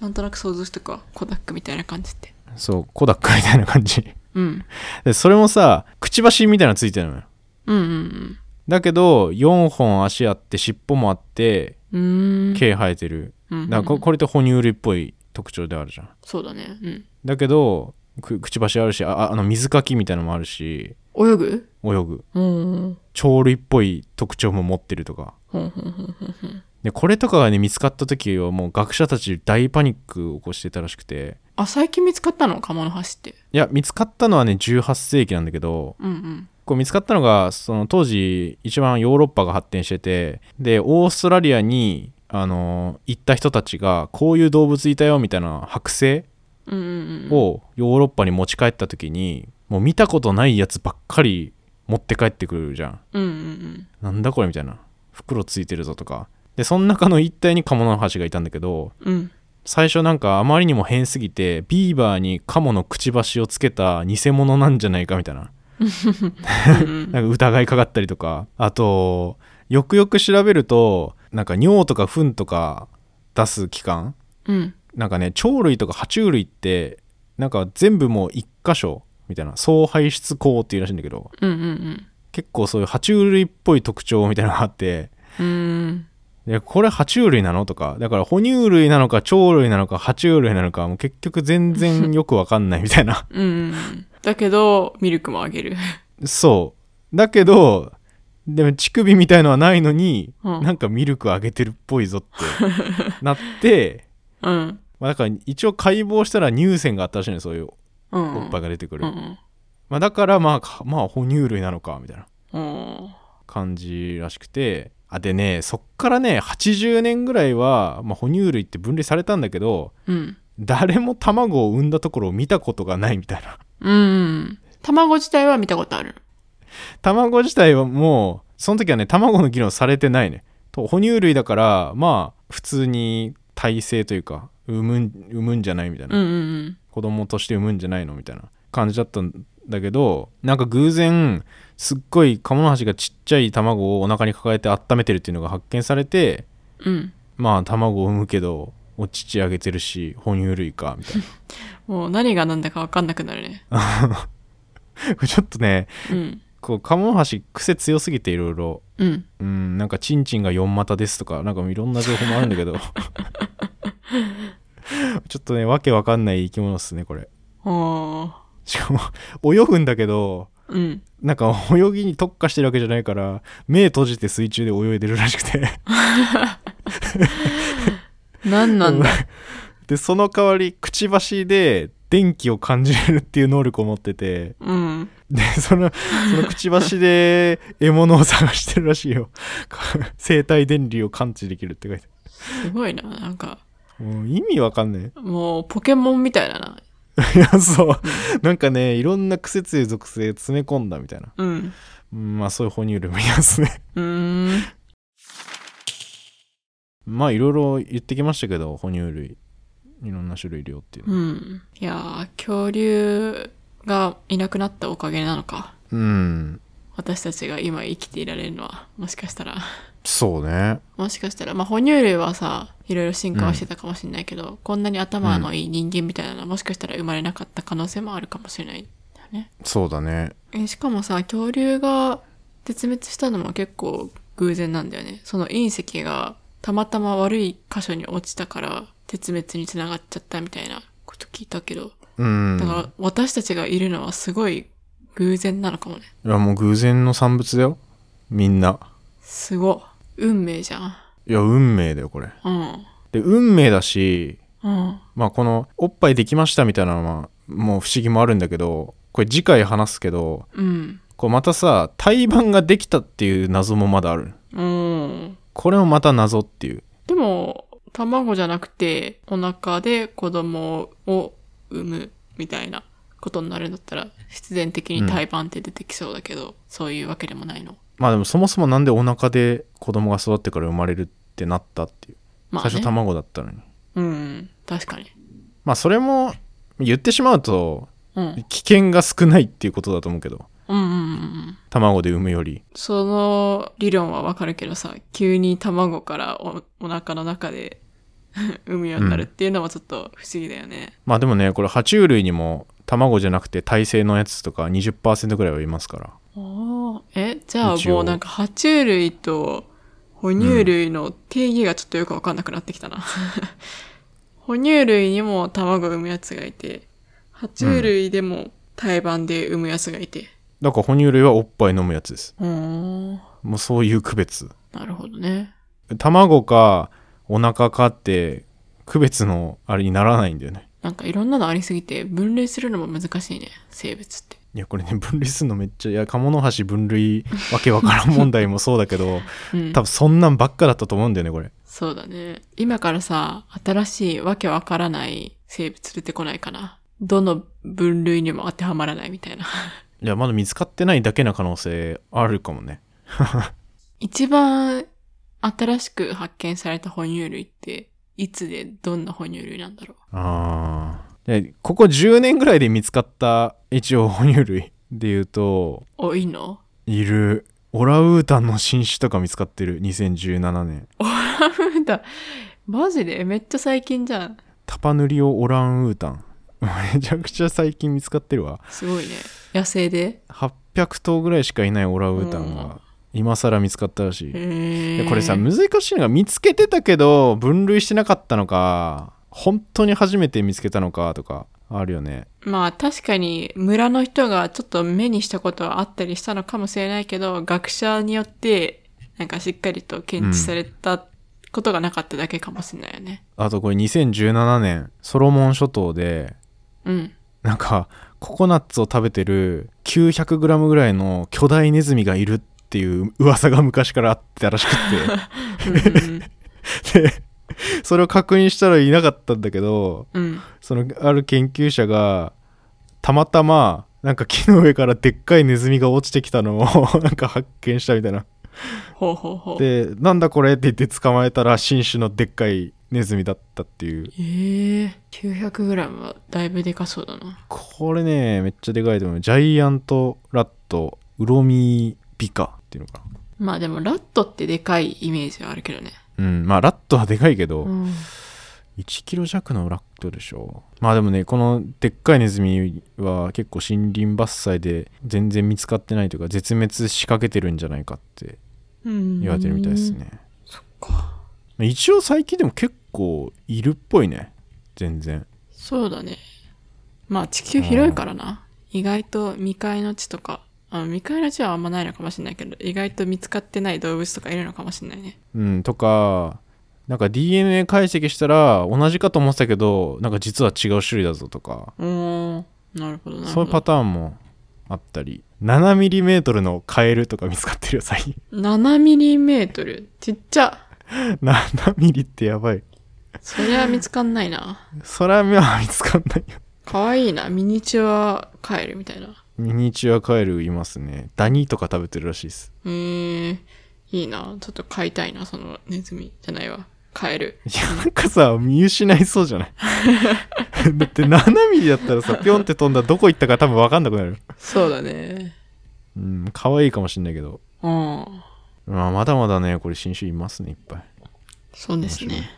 Speaker 1: なんとなく想像してか。コダックみたいな感じって。
Speaker 2: そうコダックみたいな感じ
Speaker 1: うん。
Speaker 2: でそれもさくちばしみたいなのついてるのよ
Speaker 1: うんうん
Speaker 2: だけど4本足あって尻尾もあって
Speaker 1: うん。うーん。
Speaker 2: 毛生えてる
Speaker 1: うんうん
Speaker 2: だからここれって哺乳類っぽい特徴であるじゃん
Speaker 1: そうだね。
Speaker 2: だけどくくちばしあるしあああの水かきみたいなのもあるし
Speaker 1: うん。泳ぐ
Speaker 2: 泳ぐ
Speaker 1: うん。
Speaker 2: 鳥類っぽい特徴も持ってるとか
Speaker 1: ほんほんほんほん
Speaker 2: でこれとかがね見つかった時はもう学者たち大パニックを起こしてたらしくて
Speaker 1: あ、最近見つかったのカモノハシって。
Speaker 2: いや見つかったのはね18世紀なんだけど
Speaker 1: うん
Speaker 2: こう見つかったのがその当時一番ヨーロッパが発展しててでオーストラリアにあの行った人たちがこういう動物いたよみたいな剥製
Speaker 1: うん。うんうんうん。
Speaker 2: をヨーロッパに持ち帰った時にもう見たことないやつばっかり持って帰ってくるじゃん
Speaker 1: うんうん
Speaker 2: なんだこれみたいな袋ついてるぞとかでその中の一帯にカモノハシがいたんだけど
Speaker 1: うん。うん。
Speaker 2: 最初なんかあまりにも変すぎてビーバーにカモのくちばしをつけた偽物なんじゃないかみたいななんか疑いかかったりとかあとよくよく調べるとなんか尿とか糞とか出す器官
Speaker 1: うん。
Speaker 2: なんかね鳥類とか爬虫類ってなんか全部もう一箇所みたいな総排出口っていうらしいんだけど
Speaker 1: うんうん
Speaker 2: 結構そういう爬虫類っぽい特徴みたいなのがあって
Speaker 1: うん。うん。
Speaker 2: でこれ爬虫類なのとかだから哺乳類なのか鳥類なのか爬虫類なのかもう結局全然よくわかんないみたいな
Speaker 1: うんうんうん。だけど、ミルクもあげる。
Speaker 2: そうだけどでも乳首みたいのはないのに、
Speaker 1: うん
Speaker 2: なんかミルクあげてるっぽいぞってなっ て、
Speaker 1: うん。
Speaker 2: まあ、だから一応解剖したら乳腺があったらしいねそういう
Speaker 1: うん。
Speaker 2: おっぱいが出てくる、
Speaker 1: うんうん。
Speaker 2: まあ、だからまあかまあ哺乳類なのかみたいな
Speaker 1: うん。
Speaker 2: 感じらしくてあでねそっからね80年ぐらいは、まあ、哺乳類って分類されたんだけど
Speaker 1: うん。
Speaker 2: 誰も卵を産んだところを見たことがないみたいな
Speaker 1: うん。卵自体は見たことある。
Speaker 2: 卵自体はもうその時はね卵の議論されてないねと哺乳類だからまあ普通に体制というか産むん産むんじゃないみたいな、
Speaker 1: うんうん
Speaker 2: 子供として産むんじゃないのみたいな感じだったんだけどなんか偶然すっごいカモノハシがちっちゃい卵をお腹に抱えて温めてるっていうのが発見されて
Speaker 1: うん。うん。
Speaker 2: まあ卵を産むけどお乳あげてるし哺乳類かみたいな
Speaker 1: もう何が何だか分かんなくなるね。
Speaker 2: これちょっとね
Speaker 1: うん。
Speaker 2: こうカモノハシ癖強すぎていろいろ
Speaker 1: うん。
Speaker 2: うんなんかチンチンが4股ですとかなんかいろんな情報もあるんだけどちょっとねわけわかんない生き物っすねこれ
Speaker 1: ああ。
Speaker 2: しかも泳ぐんだけど
Speaker 1: うん。
Speaker 2: なんか泳ぎに特化してるわけじゃないから目閉じて水中で泳いでるらしくて
Speaker 1: なんなんだ。
Speaker 2: でその代わりくちばしで電気を感じれるっていう能力を持ってて
Speaker 1: うん。
Speaker 2: でそのそのくちばしで獲物を探してるらしいよ 生体電流を感知できるって書いて
Speaker 1: すごいな。なん
Speaker 2: ある
Speaker 1: か、
Speaker 2: もう意味わかんね
Speaker 1: もうポケモンみたいだな。
Speaker 2: え いやそうなんかねいろんな癖強い属性詰め込んだみたいな
Speaker 1: うん。
Speaker 2: うんまあそういう哺乳類もいますね
Speaker 1: うーん。
Speaker 2: まあいろいろ言ってきましたけど哺乳類いろんな種類いるよっていう
Speaker 1: うん。いやー、恐竜がいなくなったおかげなのか。
Speaker 2: うん
Speaker 1: 私たちが今生きていられるのは、もしかしたら。
Speaker 2: そうね
Speaker 1: もしかしたら、まあ、哺乳類はさ、いろいろ進化はしてたかもしれないけど、こんなに頭のいい人間みたいなのはもしかしたら生まれなかった可能性もあるかもしれないんだよね。
Speaker 2: そうだね
Speaker 1: えしかもさ、恐竜が絶滅したのも結構偶然なんだよね。その隕石がたまたま悪い箇所に落ちたから、絶滅につながっちゃったみたいなこと聞いたけど、
Speaker 2: うん
Speaker 1: だから私たちがいるのはすごい偶然なのかもね。
Speaker 2: いやもう偶然の産物だよみんな
Speaker 1: すごい。運命じゃん。
Speaker 2: いや運命だよこれ
Speaker 1: うん。
Speaker 2: で運命だし
Speaker 1: うん。
Speaker 2: まあこのおっぱいできましたみたいなのはもう不思議もあるんだけどこれ次回話すけど
Speaker 1: うん。
Speaker 2: こうまたさ胎盤ができたっていう謎もまだある
Speaker 1: うん。
Speaker 2: これもまた謎っていう
Speaker 1: でも、卵じゃなくて、お腹で子供を産むみたいなことになるんだったら、必然的に胎盤って出てきそうだけど、そういうわけでもないの。
Speaker 2: まあでもそもそもなんでお腹で子供が育ってから生まれるってなったっていう、
Speaker 1: まあ、ね、
Speaker 2: 最初卵だったのに
Speaker 1: うん、確かに。
Speaker 2: まあそれも言ってしまうと
Speaker 1: うん。うん
Speaker 2: 危険が少ないっていうことだと思うけど
Speaker 1: うんうんうん。
Speaker 2: 卵で産むより
Speaker 1: その理論はわかるけどさ、急に卵からおお腹の中で 産むようになるっていうのはちょっと不思議だよね。
Speaker 2: まあでもねこれ爬虫類にも卵じゃなくて耐性のやつとか20%ぐらいはいますから
Speaker 1: おーえ、じゃあ
Speaker 2: 一応
Speaker 1: もうなんか爬虫類と哺乳類の定義がちょっとよくわかんなくなってきたな。 哺乳類にも卵を産むやつがいて、爬虫類でも胎盤で産むやつがいて。
Speaker 2: だから哺乳類はおっぱい飲むやつです
Speaker 1: うーん、
Speaker 2: もうそういう区別
Speaker 1: なるほどね。
Speaker 2: 卵かお腹かって区別のあれにならないんだよね
Speaker 1: なんかいろんなのありすぎて分類するのも難しいね、生物って。
Speaker 2: いやこれね分類するのめっちゃいやカモノハシ分類わけわからん問題もそうだけど
Speaker 1: うん
Speaker 2: 多。分そんなんばっかだったと思うんだよねこれ
Speaker 1: そうだね。今からさ、新しいわけわからない生物出てこないかな。どの分類にも当てはまらないみたいな。
Speaker 2: いやまだ見つかってないだけな可能性あるかもね
Speaker 1: 一番新しく発見された哺乳類って、いつでどんな哺乳類なんだろ
Speaker 2: ああでここ10年ぐらいで見つかった一応哺乳類で言うと
Speaker 1: う。お、いいの
Speaker 2: いるオラウータンの新種とか見つかってる2017年
Speaker 1: あふだ。マジでめっちゃ最近じゃん。
Speaker 2: タパヌリオオランウータン めちゃくちゃ最近見つかってるわ
Speaker 1: すごいね。野生で
Speaker 2: 800頭ぐらいしかいないオランウータン
Speaker 1: うん
Speaker 2: が今更見つかったらしい、
Speaker 1: え
Speaker 2: でこれさ難しいのが見つけてたけど分類してなかったのか本当に初めて見つけたのかとかあるよね
Speaker 1: まあ確かに村の人がちょっと目にしたことはあったりしたのかもしれないけど、学者によってなんかしっかりと検知されたことがなかっただけかもしれないよね。
Speaker 2: あとこれ2017年ソロモン諸島で
Speaker 1: うん。
Speaker 2: なんかココナッツを食べてる 900g ぐらいの巨大ネズミがいるっていう噂が昔からあってたらしく
Speaker 1: うん
Speaker 2: ってでそれを確認したらいなかったんだけど
Speaker 1: う ん、うん。
Speaker 2: そのある研究者がたまたまなんか木の上からでっかいネズミが落ちてきたのを なんか発見したみたいな
Speaker 1: ほうほうほう。
Speaker 2: でなんだこれって言って捕まえたら新種のでっかいネズミだったっていう
Speaker 1: ええー、900g はだいぶでかそうだな。
Speaker 2: これねめっちゃでかいと思うジャイアントラットウロミビカっていうのか
Speaker 1: まあでもラットってでかいイメージはあるけどね。
Speaker 2: なうんまあラットはでかいけど、
Speaker 1: うん。
Speaker 2: 1キロ弱のラットでしょまあでもねこのでっかいネズミは結構森林伐採で全然見つかってないというか絶滅しかけてるんじゃないかって
Speaker 1: 言
Speaker 2: 言われてるみたいです。ね
Speaker 1: そっか。
Speaker 2: まあ一応最近でも結構いるっぽいね全然
Speaker 1: そうだね。まあ地球広いからな。意外と未開の地とか、あ未開の地はあんまないのかもしれないけど、意外と見つかってない動物とかいるのかもしれないね。
Speaker 2: うんとかなんか DNA 解析したら同じかと思ってたけどなんか実は違う種類だぞとか
Speaker 1: おー、なるほどなるほど。
Speaker 2: そういうパターンもあったり 7mm のカエルとか見つかってるよ最近
Speaker 1: 7ミリメートル。ちっちゃ。
Speaker 2: 7mm ってやばい
Speaker 1: そりゃ見つかんないな。
Speaker 2: それは目は見つかんないよ
Speaker 1: かわいいな。ミニチュアカエルみたいな。
Speaker 2: ミニチュアカエルいますねダニとか食べてるらしいです
Speaker 1: えー、いいな。ちょっと飼いたいな、そのネズミじゃないわ。カエル。
Speaker 2: いやなんかさ見失いそうじ ゃないだって 7mm だったらさピョンって飛んだらどこ行ったか多分分かんなくなる
Speaker 1: そうだね。
Speaker 2: うん可愛いかもしんないけど、
Speaker 1: うん。
Speaker 2: まあ、まだまだねこれ新種いますねいっぱい
Speaker 1: そうですね。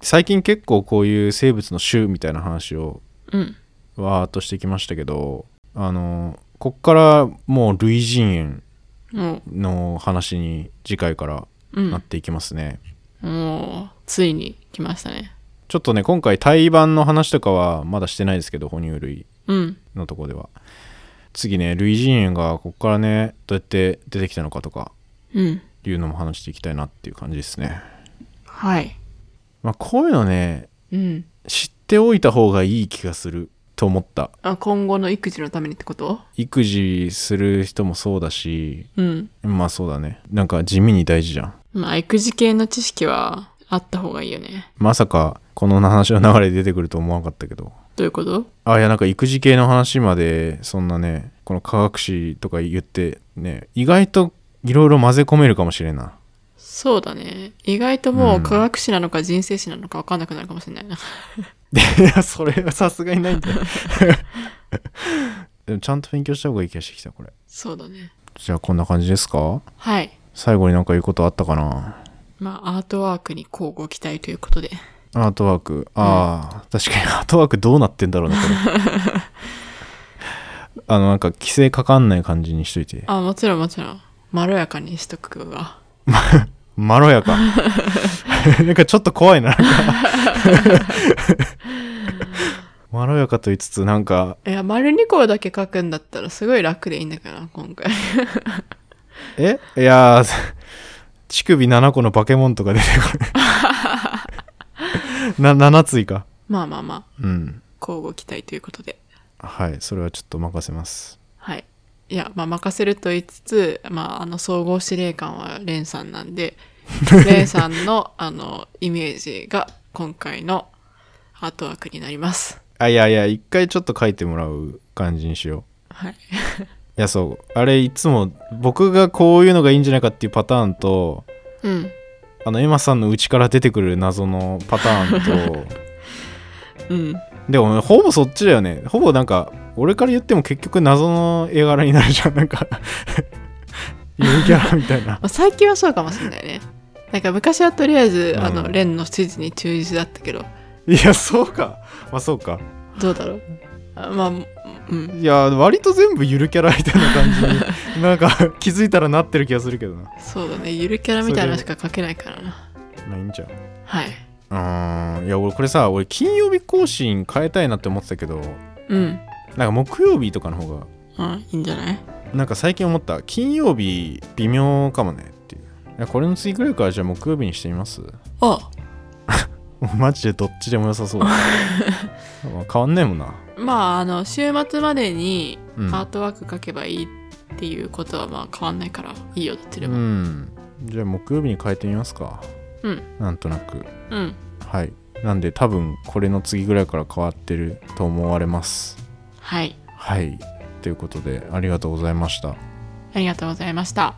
Speaker 2: 最近結構こういう生物の種みたいな話を
Speaker 1: うん。
Speaker 2: わーっとしてきましたけどあのこっからもう類人
Speaker 1: も
Speaker 2: 猿の話に次回から
Speaker 1: う、う
Speaker 2: なっ
Speaker 1: ん。
Speaker 2: ていきますね、
Speaker 1: もう、ついに来ましたね。
Speaker 2: ちょっとね今回胎盤の話とかはまだしてないですけど哺乳類
Speaker 1: うん。
Speaker 2: のとこでは次ね類人猿がこっからねどうやって出てきたのかとか
Speaker 1: うん。
Speaker 2: いうのも話していきたいなっていう感じですね
Speaker 1: はい。
Speaker 2: まあこういうのね
Speaker 1: うん。
Speaker 2: 知っておいた方がいい気がすると思った
Speaker 1: あ、今後の育児のためにってこと
Speaker 2: 育児する人もそうだし
Speaker 1: うん。
Speaker 2: まあそうだねなんか地味に大事じゃん
Speaker 1: まあ、育児系の知識はあった方がいいよね。
Speaker 2: まさかこの話の流れで出てくると思わなかったけど
Speaker 1: どういうこと
Speaker 2: あいやなんか育児系の話までそんなねこの科学史とか言ってね意外といろいろ混ぜ込めるかもしれんな
Speaker 1: そうだね。意外とも
Speaker 2: う
Speaker 1: うん科学史なのか人生史なのか分かんなくなるかもしれない な。
Speaker 2: いやそれはさすがにないんだよ でもちゃんと勉強した方がいい気がしてきたこれ
Speaker 1: そうだね。
Speaker 2: じゃあこんな感じですか
Speaker 1: はい。
Speaker 2: 最後になんか言うことあったかな
Speaker 1: まあ、アートワークに交互期待ということで。
Speaker 2: アートワークああ、確かにアートワークどうなってんだろうねこ れあのなんか規制かかんない感じにしといて
Speaker 1: あ、もちろんもちろん。まろやかにしとくわ。
Speaker 2: まろやかなんかちょっと怖いななんかまろやかと言いつつなんか
Speaker 1: いや、丸2個だけ書くんだったらすごい楽でいいんだから、今回。
Speaker 2: えいやー乳首7個のバケモンとか出てくるな7つ以下
Speaker 1: まあまあまあ、
Speaker 2: うん
Speaker 1: 交互期待ということで。
Speaker 2: はいそれはちょっと任せます
Speaker 1: はい。いや、まあ任せると言いつつ、まああの総合司令官はレンさんな んで、レンさんのあのイメージが今回のアートワークになります。
Speaker 2: あいやいや一回ちょっと書いてもらう感じにしよう
Speaker 1: はい。
Speaker 2: いやそうあれいつも僕がこういうのがいいんじゃないかっていうパターンと
Speaker 1: うん。
Speaker 2: あのエマさんの内から出てくる謎のパターンと
Speaker 1: うん。
Speaker 2: でもほぼそっちだよねほぼなんか俺から言っても結局謎の絵柄になるじゃんなんか ゆるキャラみたいな
Speaker 1: まあ最近はそうかもしれないね。なんか昔はとりあえず、
Speaker 2: うん
Speaker 1: あの、レンの指示に忠実だったけど、
Speaker 2: いやそうかまあそうか
Speaker 1: どうだろうあまあ、うん。
Speaker 2: いや割と全部ゆるキャラみたいな感じ になんか気づいたらなってる気がするけどな
Speaker 1: そうだね。ゆるキャラみたいなのしか書けないからな。
Speaker 2: まあいいんちゃう
Speaker 1: はい。
Speaker 2: うーんいや俺これさ俺金曜日更新変えたいなって思ってたけど
Speaker 1: うん。
Speaker 2: なんか木曜日とかの方が
Speaker 1: あいいんじゃない
Speaker 2: なんか最近思った金曜日微妙かもねっていういやこれの次ぐらいからじゃあ木曜日にしてみます
Speaker 1: あ
Speaker 2: マジでどっちでも良さそう だまあ変わんねえもんな
Speaker 1: まあ、あの、週末までに
Speaker 2: うん
Speaker 1: アートワーク書けばいいっていうことはまあ変わんないからいいよどっちで
Speaker 2: う
Speaker 1: も
Speaker 2: んじゃあ木曜日に変えてみますか
Speaker 1: うん
Speaker 2: なんとなく
Speaker 1: うん
Speaker 2: はいなんで多分これの次ぐらいから変わってると思われます
Speaker 1: はい
Speaker 2: はいということでありがとうございました
Speaker 1: ありがとうございました